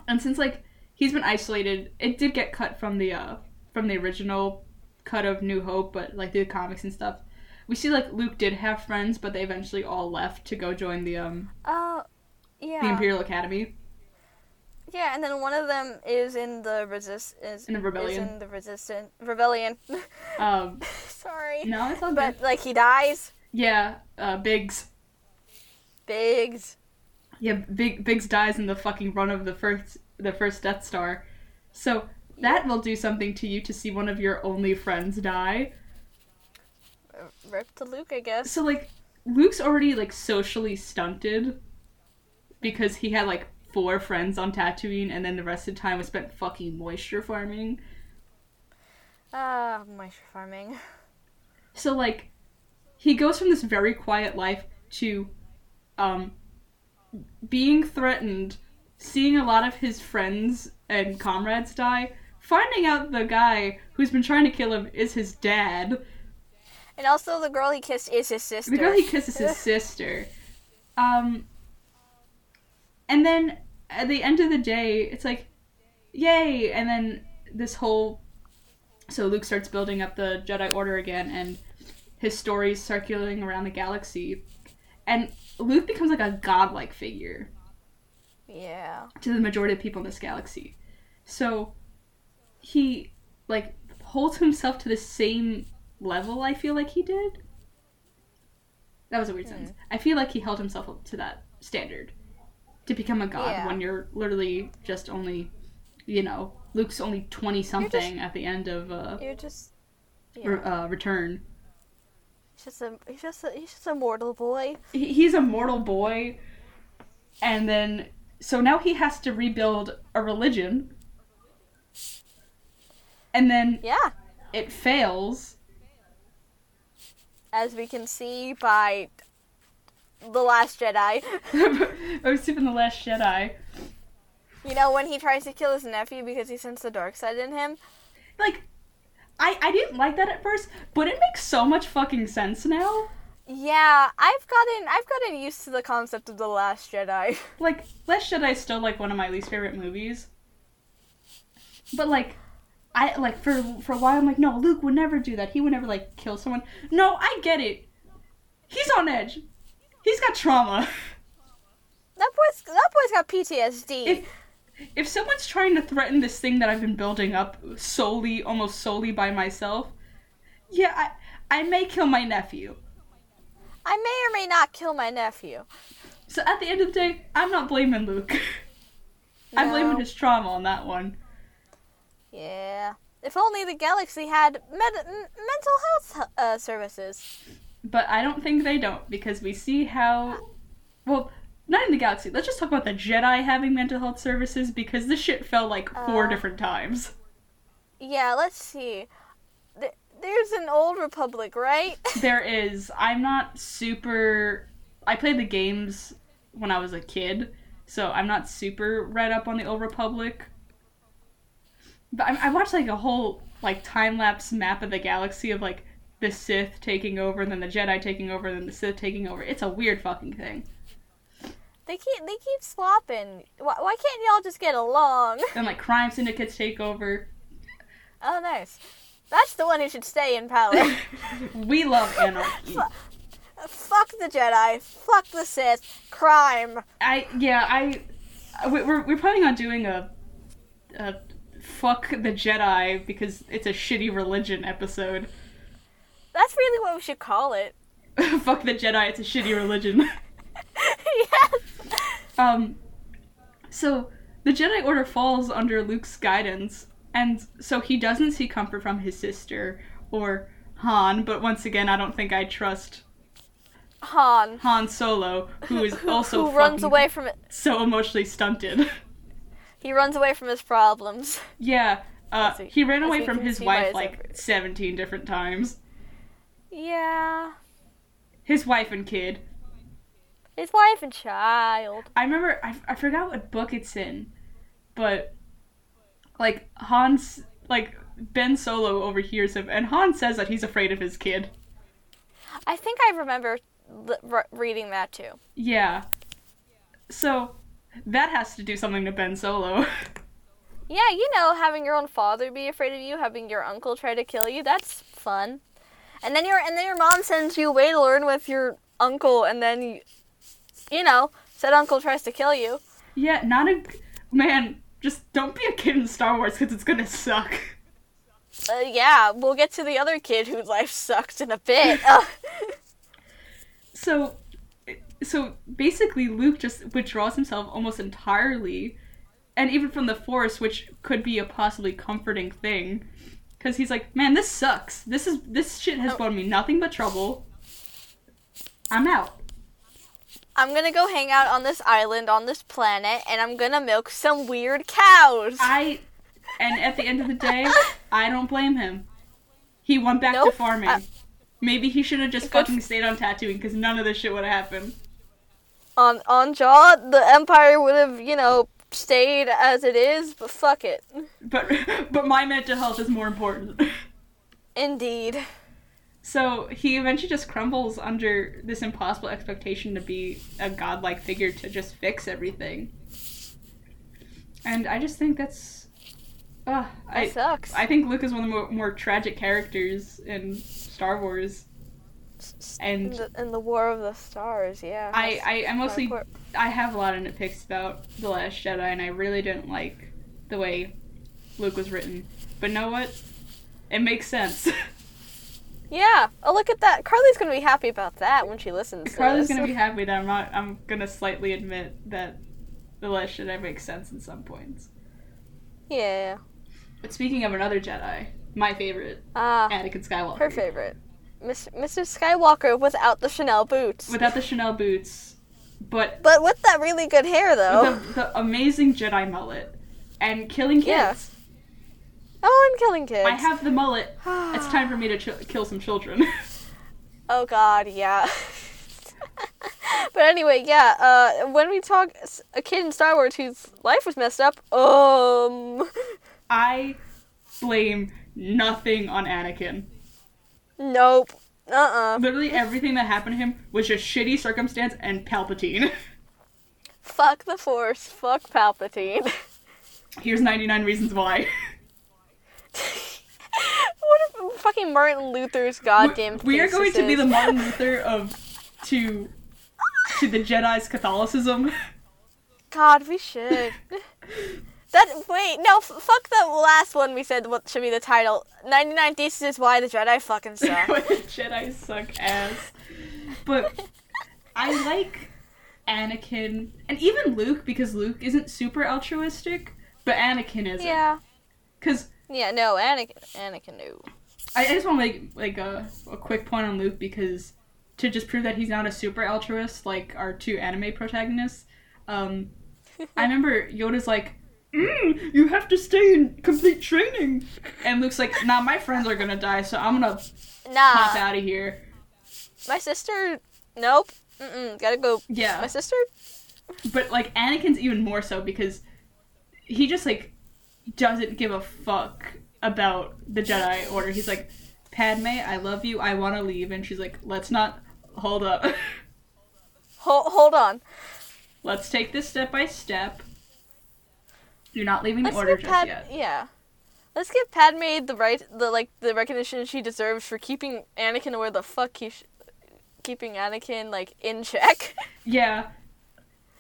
Speaker 1: And since, like, he's been isolated, it did get cut from the, uh, from the original cut of New Hope, but, like, through the comics and stuff. We see, like, Luke did have friends, but they eventually all left to go join the, um,
Speaker 2: Oh,
Speaker 1: the
Speaker 2: yeah.
Speaker 1: Imperial Academy.
Speaker 2: yeah, and then one of them is in the resist is
Speaker 1: In the rebellion.
Speaker 2: Is in the resistant rebellion. [laughs]
Speaker 1: Um,
Speaker 2: Sorry.
Speaker 1: no,
Speaker 2: [laughs]
Speaker 1: it's all good.
Speaker 2: But like he dies.
Speaker 1: Yeah, uh, Biggs.
Speaker 2: Biggs.
Speaker 1: Yeah, Big Biggs dies in the fucking run of the first the first Death Star. So that will do something to you to see one of your only friends die.
Speaker 2: Rip to Luke, I guess.
Speaker 1: So like, Luke's already like socially stunted because he had like four friends on Tatooine, and then the rest of the time was spent fucking moisture farming.
Speaker 2: Ah, moisture farming.
Speaker 1: So like he goes from this very quiet life to um being threatened, seeing a lot of his friends and comrades die, finding out the guy who's been trying to kill him is his dad.
Speaker 2: And also, the girl he kissed is his sister.
Speaker 1: The girl he kisses his sister. Um, and then at the end of the day, it's like, yay! And then this whole. So Luke starts building up the Jedi Order again, and his stories circulating around the galaxy. And Luke becomes like a godlike figure
Speaker 2: [laughs] yeah.
Speaker 1: to the majority of people in this galaxy. So he like holds himself to the same level I feel like he did. That was a
Speaker 2: Mm-hmm.
Speaker 1: weird sentence. I feel like he held himself up to that standard to become a god
Speaker 2: Yeah.
Speaker 1: when you're literally just only you know, Luke's only 20 something at the end of uh,
Speaker 2: You're just. Yeah.
Speaker 1: re- uh return.
Speaker 2: He's just a he's just a he's just a mortal boy.
Speaker 1: he- he's a mortal boy and then so now he has to rebuild a religion and then
Speaker 2: Yeah,
Speaker 1: it fails [laughs]
Speaker 2: as we can see by the Last Jedi.
Speaker 1: i
Speaker 2: [laughs]
Speaker 1: was even the last jedi
Speaker 2: You know when he tries to kill his nephew because he sensed the dark side in him.
Speaker 1: like I, I didn't like that at first, but it makes so much fucking sense now.
Speaker 2: Yeah, I've gotten I've gotten used to the concept of the Last Jedi. [laughs]
Speaker 1: Like, Last Jedi is still like one of my least favorite movies. But like, I like for for a while I'm like, no, Luke would never do that. He would never like kill someone. No, I get it. He's on edge. He's got trauma. [laughs]
Speaker 2: That boy's that boy's got PTSD.
Speaker 1: If if someone's trying to threaten this thing that I've been building up solely, almost solely by myself, yeah, I I may kill my nephew.
Speaker 2: I may or may not kill my nephew.
Speaker 1: So at the end of the day, I'm not blaming Luke. [laughs] I'm blaming
Speaker 2: No.
Speaker 1: his trauma on that one.
Speaker 2: Yeah. If only the galaxy had med- m- mental health uh, services.
Speaker 1: But I don't think they don't because we see how. Well, not in the galaxy. Let's just talk about the Jedi having mental health services because this shit fell like four
Speaker 2: Uh.
Speaker 1: different times.
Speaker 2: Yeah, let's see. Th- there's an old republic, right? [laughs]
Speaker 1: There is. I'm not super. I played the games when I was a kid, so I'm not super read up on the Old Republic. But I, I watched like a whole like time lapse map of the galaxy of like the Sith taking over, and then the Jedi taking over, and then the Sith taking over. It's a weird fucking thing.
Speaker 2: they keep they keep slopping. Why, why can't y'all just get along? [laughs]
Speaker 1: Then like crime syndicates take over.
Speaker 2: Oh, nice. That's the one who should stay in power.
Speaker 1: We love
Speaker 2: [laughs]
Speaker 1: anarchy.
Speaker 2: Fuck the Jedi. Fuck the Sith. Crime.
Speaker 1: I yeah I I- we- we're we're planning on doing a a fuck the Jedi because it's a shitty religion episode. [laughs]
Speaker 2: That's really what we should call it. [laughs]
Speaker 1: fuck the Jedi, it's a shitty religion. [laughs]
Speaker 2: yes.
Speaker 1: um, so the Jedi Order falls under Luke's guidance, and so he doesn't see comfort from his sister or Han. But once again, I don't think I trust
Speaker 2: Han,
Speaker 1: Han Solo, who is also
Speaker 2: [laughs] who runs
Speaker 1: fucking
Speaker 2: away from it.
Speaker 1: so emotionally stunted. [laughs]
Speaker 2: He runs away from his problems. [laughs]
Speaker 1: yeah. Uh,
Speaker 2: As we-
Speaker 1: he ran
Speaker 2: as
Speaker 1: away
Speaker 2: we
Speaker 1: from
Speaker 2: can
Speaker 1: his
Speaker 2: see by
Speaker 1: wife
Speaker 2: his
Speaker 1: like
Speaker 2: effort.
Speaker 1: 17 different times.
Speaker 2: Yeah.
Speaker 1: His wife and kid.
Speaker 2: His wife and child.
Speaker 1: I remember I, I forgot what book it's in, but like Han's like Ben Solo overhears him, and Han says that he's afraid of his kid.
Speaker 2: I think I remember l- re- reading that too.
Speaker 1: Yeah, so that has to do something to Ben Solo. [laughs]
Speaker 2: Yeah, you know, having your own father be afraid of you, having your uncle try to kill you—that's fun. And then your and then your mom sends you away to learn with your uncle, and then you, you know, said uncle tries to kill you.
Speaker 1: yeah, not a man. Just don't be a kid in Star Wars because it's gonna suck.
Speaker 2: Uh, yeah, we'll get to the other kid whose life sucked in a bit. [laughs] Ugh.
Speaker 1: So, so basically, Luke just withdraws himself almost entirely, and even from the Force, which could be a possibly comforting thing, because he's like, "Man, this sucks. This is this shit
Speaker 2: Oh.
Speaker 1: has brought me nothing but trouble. I'm out."
Speaker 2: I'm gonna go hang out on this island on this planet, and I'm gonna milk some weird cows.
Speaker 1: I, and at the end of the
Speaker 2: [laughs]
Speaker 1: day, I don't blame him. He went back
Speaker 2: Nope.
Speaker 1: to farming.
Speaker 2: Uh,
Speaker 1: Maybe he should have just
Speaker 2: good f-
Speaker 1: fucking stayed on tattooing because none of this shit would have happened.
Speaker 2: on on Jaw, the Empire would have, you know, stayed as it is, but fuck it.
Speaker 1: But [laughs] but my mental health is more important. [laughs]
Speaker 2: Indeed.
Speaker 1: So he eventually just crumbles under this impossible expectation to be a godlike figure to just fix everything. And I just think that's. Uh, I,
Speaker 2: That sucks.
Speaker 1: I think Luke is one of the more, more tragic characters in Star Wars.
Speaker 2: In
Speaker 1: And
Speaker 2: the, in the War of the Stars, yeah.
Speaker 1: I, I, I
Speaker 2: My
Speaker 1: mostly
Speaker 2: poor-
Speaker 1: I have a lot of nitpicks about The Last Jedi, and I really didn't like the way Luke was written. But know what? It makes sense. [laughs]
Speaker 2: Yeah. Oh, look at that. Carly's gonna be happy about that when she listens.
Speaker 1: Carly's
Speaker 2: to this.
Speaker 1: gonna be happy that I'm not. I'm gonna slightly admit that The Last Jedi makes sense in some points.
Speaker 2: [laughs] Yeah.
Speaker 1: But speaking of another Jedi, my favorite,
Speaker 2: Ah,
Speaker 1: Anakin Skywalker.
Speaker 2: her favorite, Miss, Mr. Skywalker without the Chanel boots,
Speaker 1: Without the Chanel boots, but
Speaker 2: but with that really good hair though.
Speaker 1: with the, the amazing Jedi mullet and killing kids.
Speaker 2: Yeah. Oh, I'm killing kids.
Speaker 1: I have the mullet.
Speaker 2: [sighs]
Speaker 1: it's time for me to ch- kill some children. [laughs]
Speaker 2: Oh God, yeah. [laughs] but anyway, yeah. Uh, when we talk s- a kid in Star Wars whose life was messed up, um, [laughs]
Speaker 1: I blame nothing on Anakin.
Speaker 2: nope. Uh uh
Speaker 1: Literally everything that happened to him was just shitty circumstance and Palpatine. [laughs]
Speaker 2: Fuck the Force. Fuck Palpatine. [laughs]
Speaker 1: Here's 99 reasons why. [laughs]
Speaker 2: what if fucking Martin Luther's goddamn?
Speaker 1: we are going to be the
Speaker 2: thesis.
Speaker 1: Martin Luther of to to the Jedi's Catholicism.
Speaker 2: God, we
Speaker 1: [laughs]
Speaker 2: should. that wait, no, f- fuck the last one we said. What should be the title? Ninety nine theses is why the Jedi
Speaker 1: [laughs]
Speaker 2: fucking suck.
Speaker 1: Why the Jedi suck ass. But I like Anakin and even Luke because Luke isn't super altruistic, but Anakin is.
Speaker 2: yeah.
Speaker 1: Cuz
Speaker 2: Yeah. No, Anakin. Anakin. No.
Speaker 1: I, I just want to make like a, a quick point on Luke because to just prove that he's not a super altruist like our two anime protagonists. Um, I remember Yoda's like, mm, "You have to stay and complete training," and Luke's like, "Nah, my friends are gonna die, so I'm gonna pop
Speaker 2: Nah.
Speaker 1: out of here."
Speaker 2: My sister. Nope. Mm. Gotta go.
Speaker 1: Yeah,
Speaker 2: My sister.
Speaker 1: but like Anakin's even more so because he just like doesn't give a fuck about the Jedi Order. He's like, "Padme, I love you. I want to leave," and she's like, "Let's not." Hold up. [laughs]
Speaker 2: Hold. Hold on.
Speaker 1: Let's take this step by step. You're not leaving the
Speaker 2: Let's
Speaker 1: order
Speaker 2: give
Speaker 1: just
Speaker 2: Pad.
Speaker 1: yet.
Speaker 2: Yeah. Let's give Padme the right, the like, the recognition she deserves for keeping Anakin where the fuck he, sh- keeping Anakin like in check. [laughs]
Speaker 1: Yeah.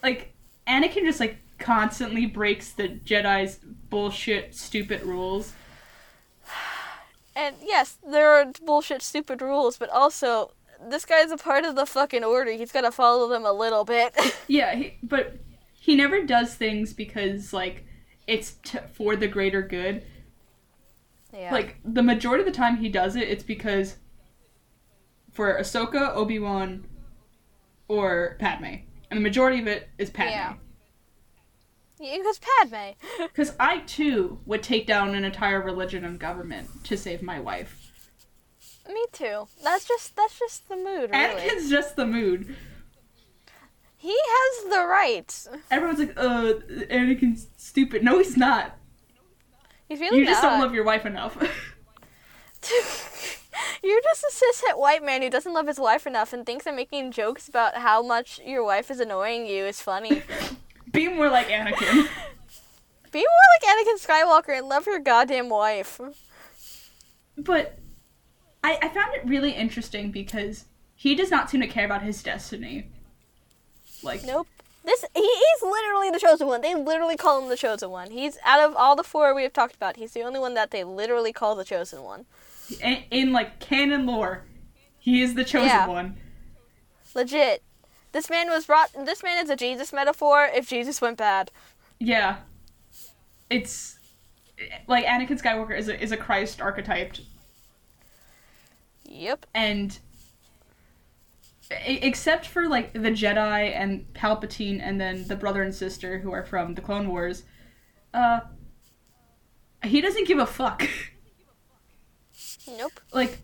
Speaker 1: Like, Anakin just, like, constantly breaks the Jedi's bullshit, stupid rules.
Speaker 2: And yes, there are bullshit, stupid rules, but also this guy's a part of the fucking order. He's gotta follow them a little bit. [laughs]
Speaker 1: Yeah, he, but he never does things because, like, it's t- for the greater good.
Speaker 2: yeah.
Speaker 1: Like, the majority of the time he does it, it's because for Ahsoka, Obi Wan, or Padme. And the majority of it is Padme.
Speaker 2: Yeah. because Padme.
Speaker 1: Because I too would take down an entire religion and government to save my wife.
Speaker 2: Me too. That's just that's just the mood, really.
Speaker 1: Anakin's just the mood.
Speaker 2: He has the rights.
Speaker 1: Everyone's like, uh, Anakin's stupid. No, he's not.
Speaker 2: He's really
Speaker 1: You just
Speaker 2: not.
Speaker 1: don't love your wife enough. [laughs]
Speaker 2: [laughs] You're just a cishet white man who doesn't love his wife enough and thinks that making jokes about how much your wife is annoying you is funny.
Speaker 1: Be more like
Speaker 2: [laughs]
Speaker 1: Anakin.
Speaker 2: Be more like Anakin Skywalker and love your goddamn wife.
Speaker 1: But I, I found it really interesting because he does not seem to care about his destiny. Like,
Speaker 2: Nope. This he is literally the chosen one. They literally call him the chosen one. He's out of all the four we have talked about, he's the only one that they literally call the chosen one.
Speaker 1: in, in like canon lore, he is the chosen
Speaker 2: Yeah.
Speaker 1: one.
Speaker 2: Legit. This man was brought this man is a Jesus metaphor if Jesus went bad.
Speaker 1: Yeah. It's like Anakin Skywalker is a, is a Christ archetyped
Speaker 2: Yep.
Speaker 1: and e- except for like the Jedi and Palpatine and then the brother and sister who are from the Clone Wars, uh he doesn't give a fuck. [laughs]
Speaker 2: Nope.
Speaker 1: like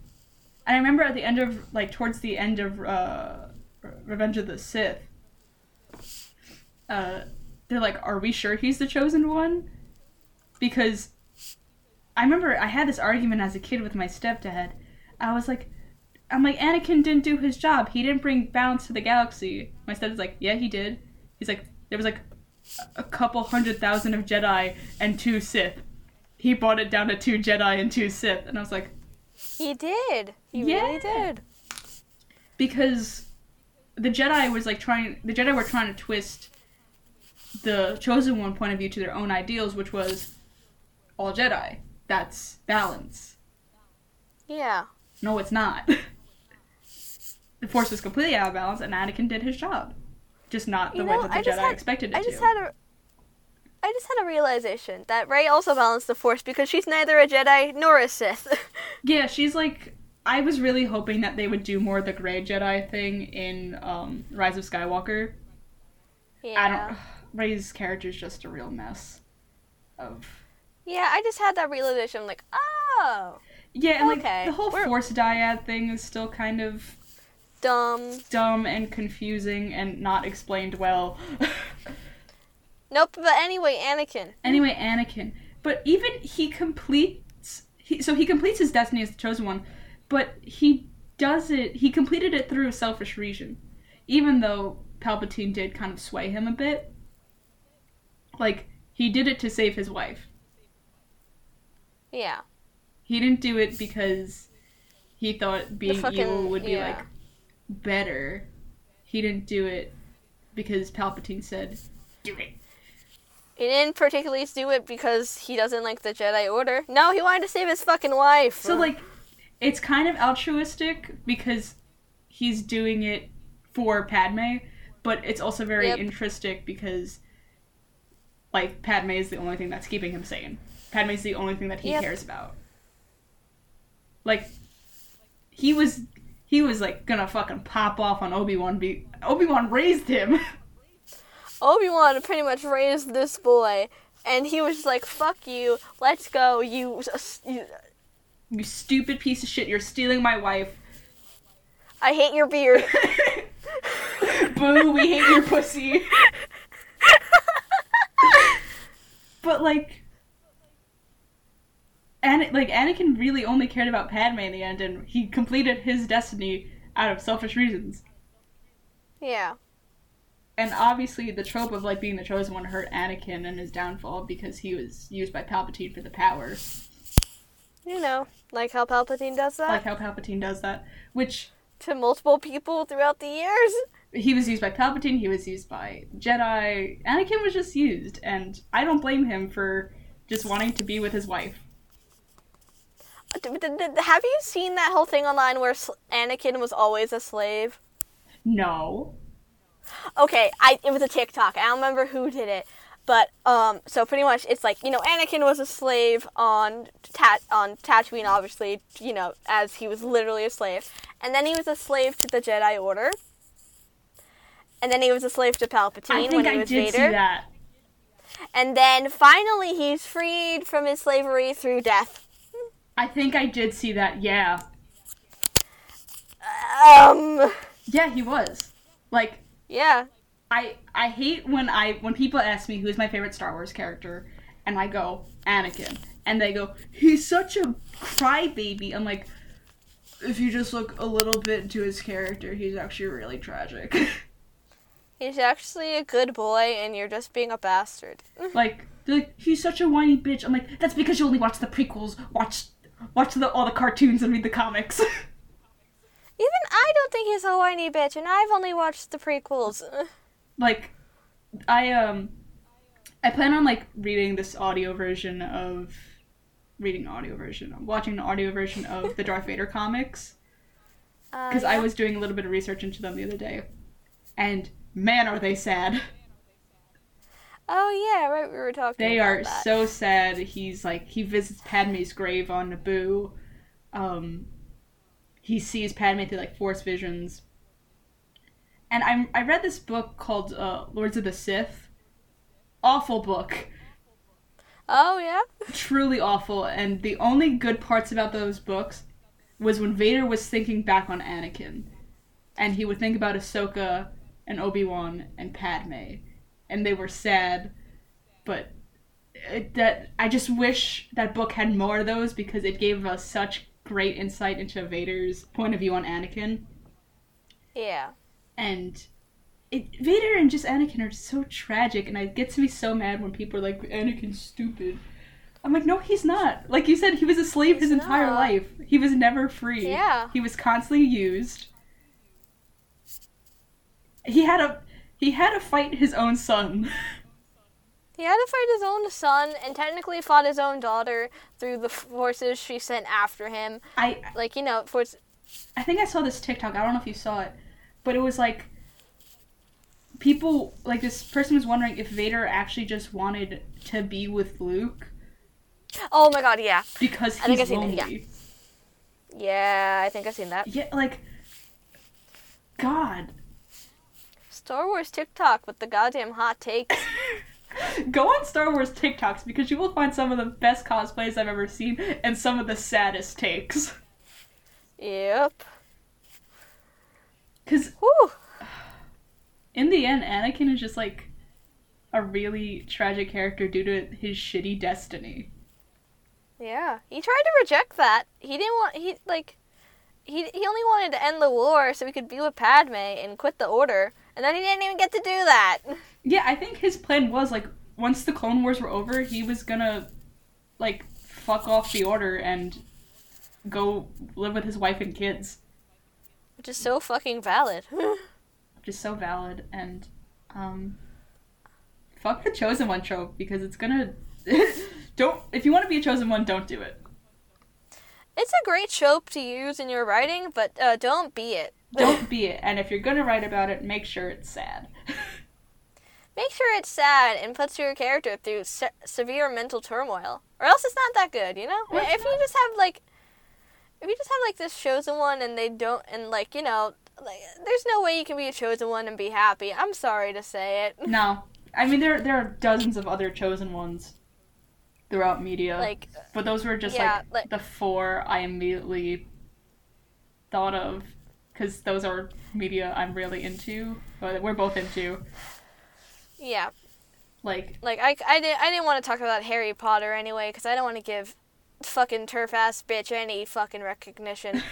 Speaker 1: I remember at the end of like towards the end of uh Re- Revenge of the Sith uh they're like, "Are we sure he's the chosen one?" Because I remember I had this argument as a kid with my stepdad. I was like, "I'm like Anakin didn't do his job. He didn't bring balance to the galaxy." My stepdad's like, "Yeah, he did." He's like, "There was like a couple hundred thousand of Jedi and two Sith." He brought it down to two Jedi and two Sith, and I was like,
Speaker 2: He did. He really
Speaker 1: Yeah.
Speaker 2: did.
Speaker 1: because the Jedi was like trying the Jedi were trying to twist the chosen one point of view to their own ideals, which was all Jedi. That's balance.
Speaker 2: Yeah.
Speaker 1: No, it's not. [laughs] the Force was completely out of balance, and Anakin did his job, just not the
Speaker 2: You
Speaker 1: way
Speaker 2: know,
Speaker 1: that the
Speaker 2: I just
Speaker 1: Jedi
Speaker 2: had-
Speaker 1: expected it
Speaker 2: I just
Speaker 1: to.
Speaker 2: had a I just had a realization that Rey also balanced the Force because she's neither a Jedi nor a Sith. [laughs]
Speaker 1: Yeah, she's like. I was really hoping that they would do more of the gray Jedi thing in um, Rise of Skywalker.
Speaker 2: yeah.
Speaker 1: I don't. [sighs] Rey's character's just a real mess of
Speaker 2: Yeah, I just had that realization. I'm like, oh,
Speaker 1: Yeah, and like
Speaker 2: Okay,
Speaker 1: the whole
Speaker 2: we're-
Speaker 1: force dyad thing is still kind of
Speaker 2: dumb.
Speaker 1: dumb and confusing and not explained well. [laughs]
Speaker 2: Nope. But anyway, Anakin.
Speaker 1: anyway, Anakin. But even he completes he, so he completes his destiny as the chosen one, but he does it he completed it through a selfish reason. Even though Palpatine did kind of sway him a bit. Like he did it to save his wife.
Speaker 2: Yeah.
Speaker 1: He didn't do it because he thought being
Speaker 2: fucking-
Speaker 1: evil would be
Speaker 2: yeah.
Speaker 1: like better. He didn't do it because Palpatine said, "Do it."
Speaker 2: He didn't particularly do it because he doesn't like the Jedi Order. No, he wanted to save his fucking wife.
Speaker 1: So like, it's kind of altruistic because he's doing it for Padme, but it's also very
Speaker 2: Yep.
Speaker 1: intrinsic because like Padme is the only thing that's keeping him sane. Padme is the only thing that he
Speaker 2: Yep.
Speaker 1: cares about. Like, he was he was like gonna fucking pop off on Obi Wan. Be Obi Wan raised him. [laughs]
Speaker 2: Obi Wan pretty much raised this boy, and he was just like, "Fuck you, let's go, you." s- you
Speaker 1: you stupid piece of shit! You're stealing my wife.
Speaker 2: I hate your beard. [laughs]
Speaker 1: Boo, we hate your pussy. but like Ana- like Anakin really only cared about Padme in the end and he completed his destiny out of selfish reasons.
Speaker 2: yeah.
Speaker 1: And obviously the trope of like being the chosen one hurt Anakin and his downfall because he was used by Palpatine for the power.
Speaker 2: You know, like how Palpatine does that
Speaker 1: Like how Palpatine does that, which
Speaker 2: to multiple people throughout the years.
Speaker 1: he was used by Palpatine, he was used by Jedi. Anakin was just used, and I don't blame him for just wanting to be with his wife.
Speaker 2: D- d- d- Have you seen that whole thing online where sl- Anakin was always a slave?
Speaker 1: No.
Speaker 2: Okay, I it was a TikTok. I don't remember who did it, but um, so pretty much it's like you know Anakin was a slave on Tat on Tatooine, obviously you know as he was literally a slave, and then he was a slave to the Jedi Order, and then he was a slave to Palpatine
Speaker 1: I
Speaker 2: when
Speaker 1: think
Speaker 2: he
Speaker 1: I did
Speaker 2: was Vader.
Speaker 1: see that.
Speaker 2: And then finally, he's freed from his slavery through death.
Speaker 1: I think I did see that, yeah.
Speaker 2: Um,
Speaker 1: Yeah, he was. Like,
Speaker 2: yeah,
Speaker 1: I I hate when I when people ask me who's my favorite Star Wars character and I go, Anakin. And they go, He's such a crybaby. I'm like if you just look a little bit into his character, he's actually really tragic. [laughs]
Speaker 2: he's actually a good boy, and you're just being a bastard.
Speaker 1: like they're like he's such a whiny bitch. I'm like that's because you only watch the prequels, watch watch the all the cartoons and read the comics. [laughs]
Speaker 2: Even I don't think he's a whiny bitch, and I've only watched the prequels. [laughs] Uh,
Speaker 1: like I um I plan on like reading this audio version of reading the audio version. I'm watching the audio version of the Darth Vader comics
Speaker 2: Oh,
Speaker 1: because I was doing a little bit of research into them the other day, and man, are they sad.
Speaker 2: Oh yeah, right. We were talking.
Speaker 1: [laughs] They
Speaker 2: about
Speaker 1: are
Speaker 2: that.
Speaker 1: so sad. He's like he visits Padme's grave on Naboo. Um, he sees Padme through like force visions. And I'm I read this book called uh, Lords of the Sith. Awful book,
Speaker 2: Oh yeah.
Speaker 1: truly awful. And the only good parts about those books was when Vader was thinking back on Anakin, and he would think about Ahsoka and Obi Wan and Padme, and they were sad, but it, that I just wish that book had more of those because it gave us such great insight into Vader's point of view on Anakin
Speaker 2: Yeah.
Speaker 1: and it, Vader and just Anakin are so tragic, and it gets me so mad when people are like, "Anakin's stupid." I'm like, no, he's not. Like you said, he was a slave his
Speaker 2: He's
Speaker 1: entire
Speaker 2: not.
Speaker 1: life. He was never free.
Speaker 2: Yeah.
Speaker 1: He was constantly used. He had a he had to fight his own son. [laughs]
Speaker 2: He had to fight his own son and technically fought his own daughter through the forces she sent after him.
Speaker 1: I
Speaker 2: Like, you know, force.
Speaker 1: I think I saw this TikTok. I don't know if you saw it, but it was like people like this person was wondering if Vader actually just wanted to be with Luke
Speaker 2: Oh my god, yeah.
Speaker 1: because
Speaker 2: I think
Speaker 1: he's
Speaker 2: I've seen
Speaker 1: lonely.
Speaker 2: it, yeah. Yeah, I think I've seen that.
Speaker 1: Yeah, like God.
Speaker 2: Star Wars TikTok with the goddamn hot takes.
Speaker 1: Go on Star Wars TikToks because you will find some of the best cosplays I've ever seen and some of the saddest takes. [laughs]
Speaker 2: yep.
Speaker 1: Cause
Speaker 2: Whew.
Speaker 1: in the end, Anakin is just like a really tragic character due to his shitty destiny.
Speaker 2: Yeah. He tried to reject that. He didn't want. He, like. He, he only wanted to end the war so he could be with Padme and quit the order. And then he didn't even get to do that. [laughs]
Speaker 1: Yeah, I think his plan was like once the Clone Wars were over, he was gonna like fuck off the order and go live with his wife and kids.
Speaker 2: Which is so fucking valid. [laughs]
Speaker 1: which is so valid and um fuck the chosen one trope because it's gonna [laughs] don't if you want to be a chosen one don't do it
Speaker 2: It's a great trope to use in your writing, but uh, don't be it.
Speaker 1: don't be it and if you're gonna write about it make sure it's sad [laughs]
Speaker 2: Make sure it's sad and puts your character through se- severe mental turmoil, or else it's not that good, you know.
Speaker 1: Well, it's
Speaker 2: if you just have like, if you just have like this chosen one and they don't, and like you know, like there's no way you can be a chosen one and be happy. I'm sorry to say it.
Speaker 1: no i mean there there are dozens of other chosen ones throughout media
Speaker 2: Like,
Speaker 1: but those were just
Speaker 2: yeah,
Speaker 1: like,
Speaker 2: like-
Speaker 1: the four i immediately thought of because those are media i'm really into but we're both into
Speaker 2: yeah,
Speaker 1: like
Speaker 2: like I, I didn't, I didn't want to talk about Harry Potter anyway because I don't want to give fucking turf ass bitch any fucking
Speaker 1: [laughs]
Speaker 2: recognition,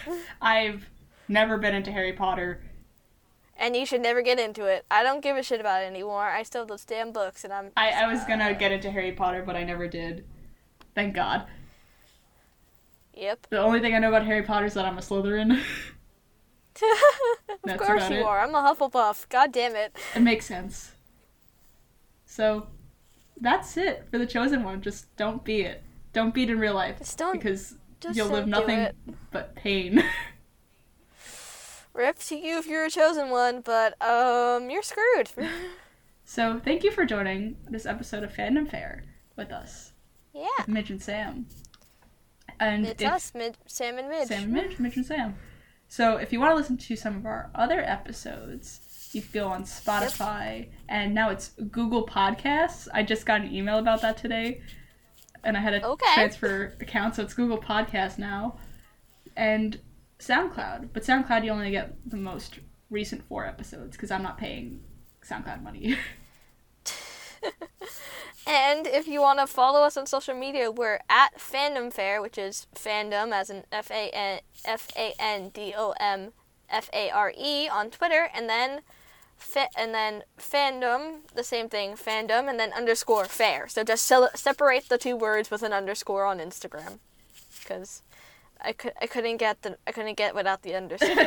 Speaker 1: i've never been into harry potter
Speaker 2: and you should never get into it. I don't give a shit about it anymore. I still have those damn books, and I'm
Speaker 1: I, I was gonna get into Harry Potter, but I never did. Thank God.
Speaker 2: yep.
Speaker 1: The only thing I know about Harry Potter is that I'm a Slytherin. [laughs]
Speaker 2: [laughs] of
Speaker 1: That's
Speaker 2: course
Speaker 1: about
Speaker 2: you
Speaker 1: it.
Speaker 2: are. I'm a Hufflepuff. God damn it.
Speaker 1: it makes sense. So, that's it for the chosen one. Just don't be it. Don't be it in real life.
Speaker 2: Just don't-
Speaker 1: because
Speaker 2: just
Speaker 1: you'll live
Speaker 2: don't do
Speaker 1: nothing
Speaker 2: it.
Speaker 1: but pain. [laughs]
Speaker 2: Rip to you if you're a chosen one, but um,
Speaker 1: [laughs]
Speaker 2: you're screwed.
Speaker 1: so, thank you for joining this episode of Fandom Fair with us,
Speaker 2: yeah,
Speaker 1: Midge and Sam. And
Speaker 2: it's
Speaker 1: if-
Speaker 2: us, Mid- Sam and Midge.
Speaker 1: Sam and Mitch, Mitch and Sam. So if you want to listen to some of our other episodes, you can go on Spotify and now it's Google Podcasts. I just got an email about that today, and I had to
Speaker 2: Okay.
Speaker 1: transfer account, so it's Google Podcasts now, and SoundCloud. But SoundCloud, you only get the most recent four episodes because I'm not paying SoundCloud money. [laughs]
Speaker 2: And if you want to follow us on social media, we're at Fandom Fair, which is fandom as in F A N F A N D O M F A R E on Twitter, and then fa- and then fandom, the same thing, fandom, and then underscore fair. So just se- separate the two words with an underscore on Instagram, because I could I couldn't get the I couldn't get without the underscore.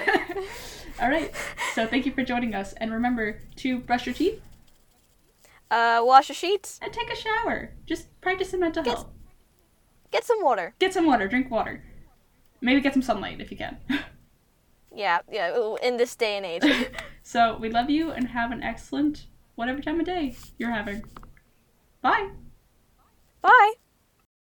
Speaker 1: All right. So thank you for joining us, and remember to brush your teeth
Speaker 2: uh, wash your sheets,
Speaker 1: and take a shower. Just practice your mental health.
Speaker 2: get some water.
Speaker 1: get some water, drink water. Maybe get some sunlight if you can. [laughs]
Speaker 2: Yeah, yeah. ooh, In this day and age.
Speaker 1: so we love you and have an excellent whatever time of day you're having. Bye.
Speaker 2: Bye.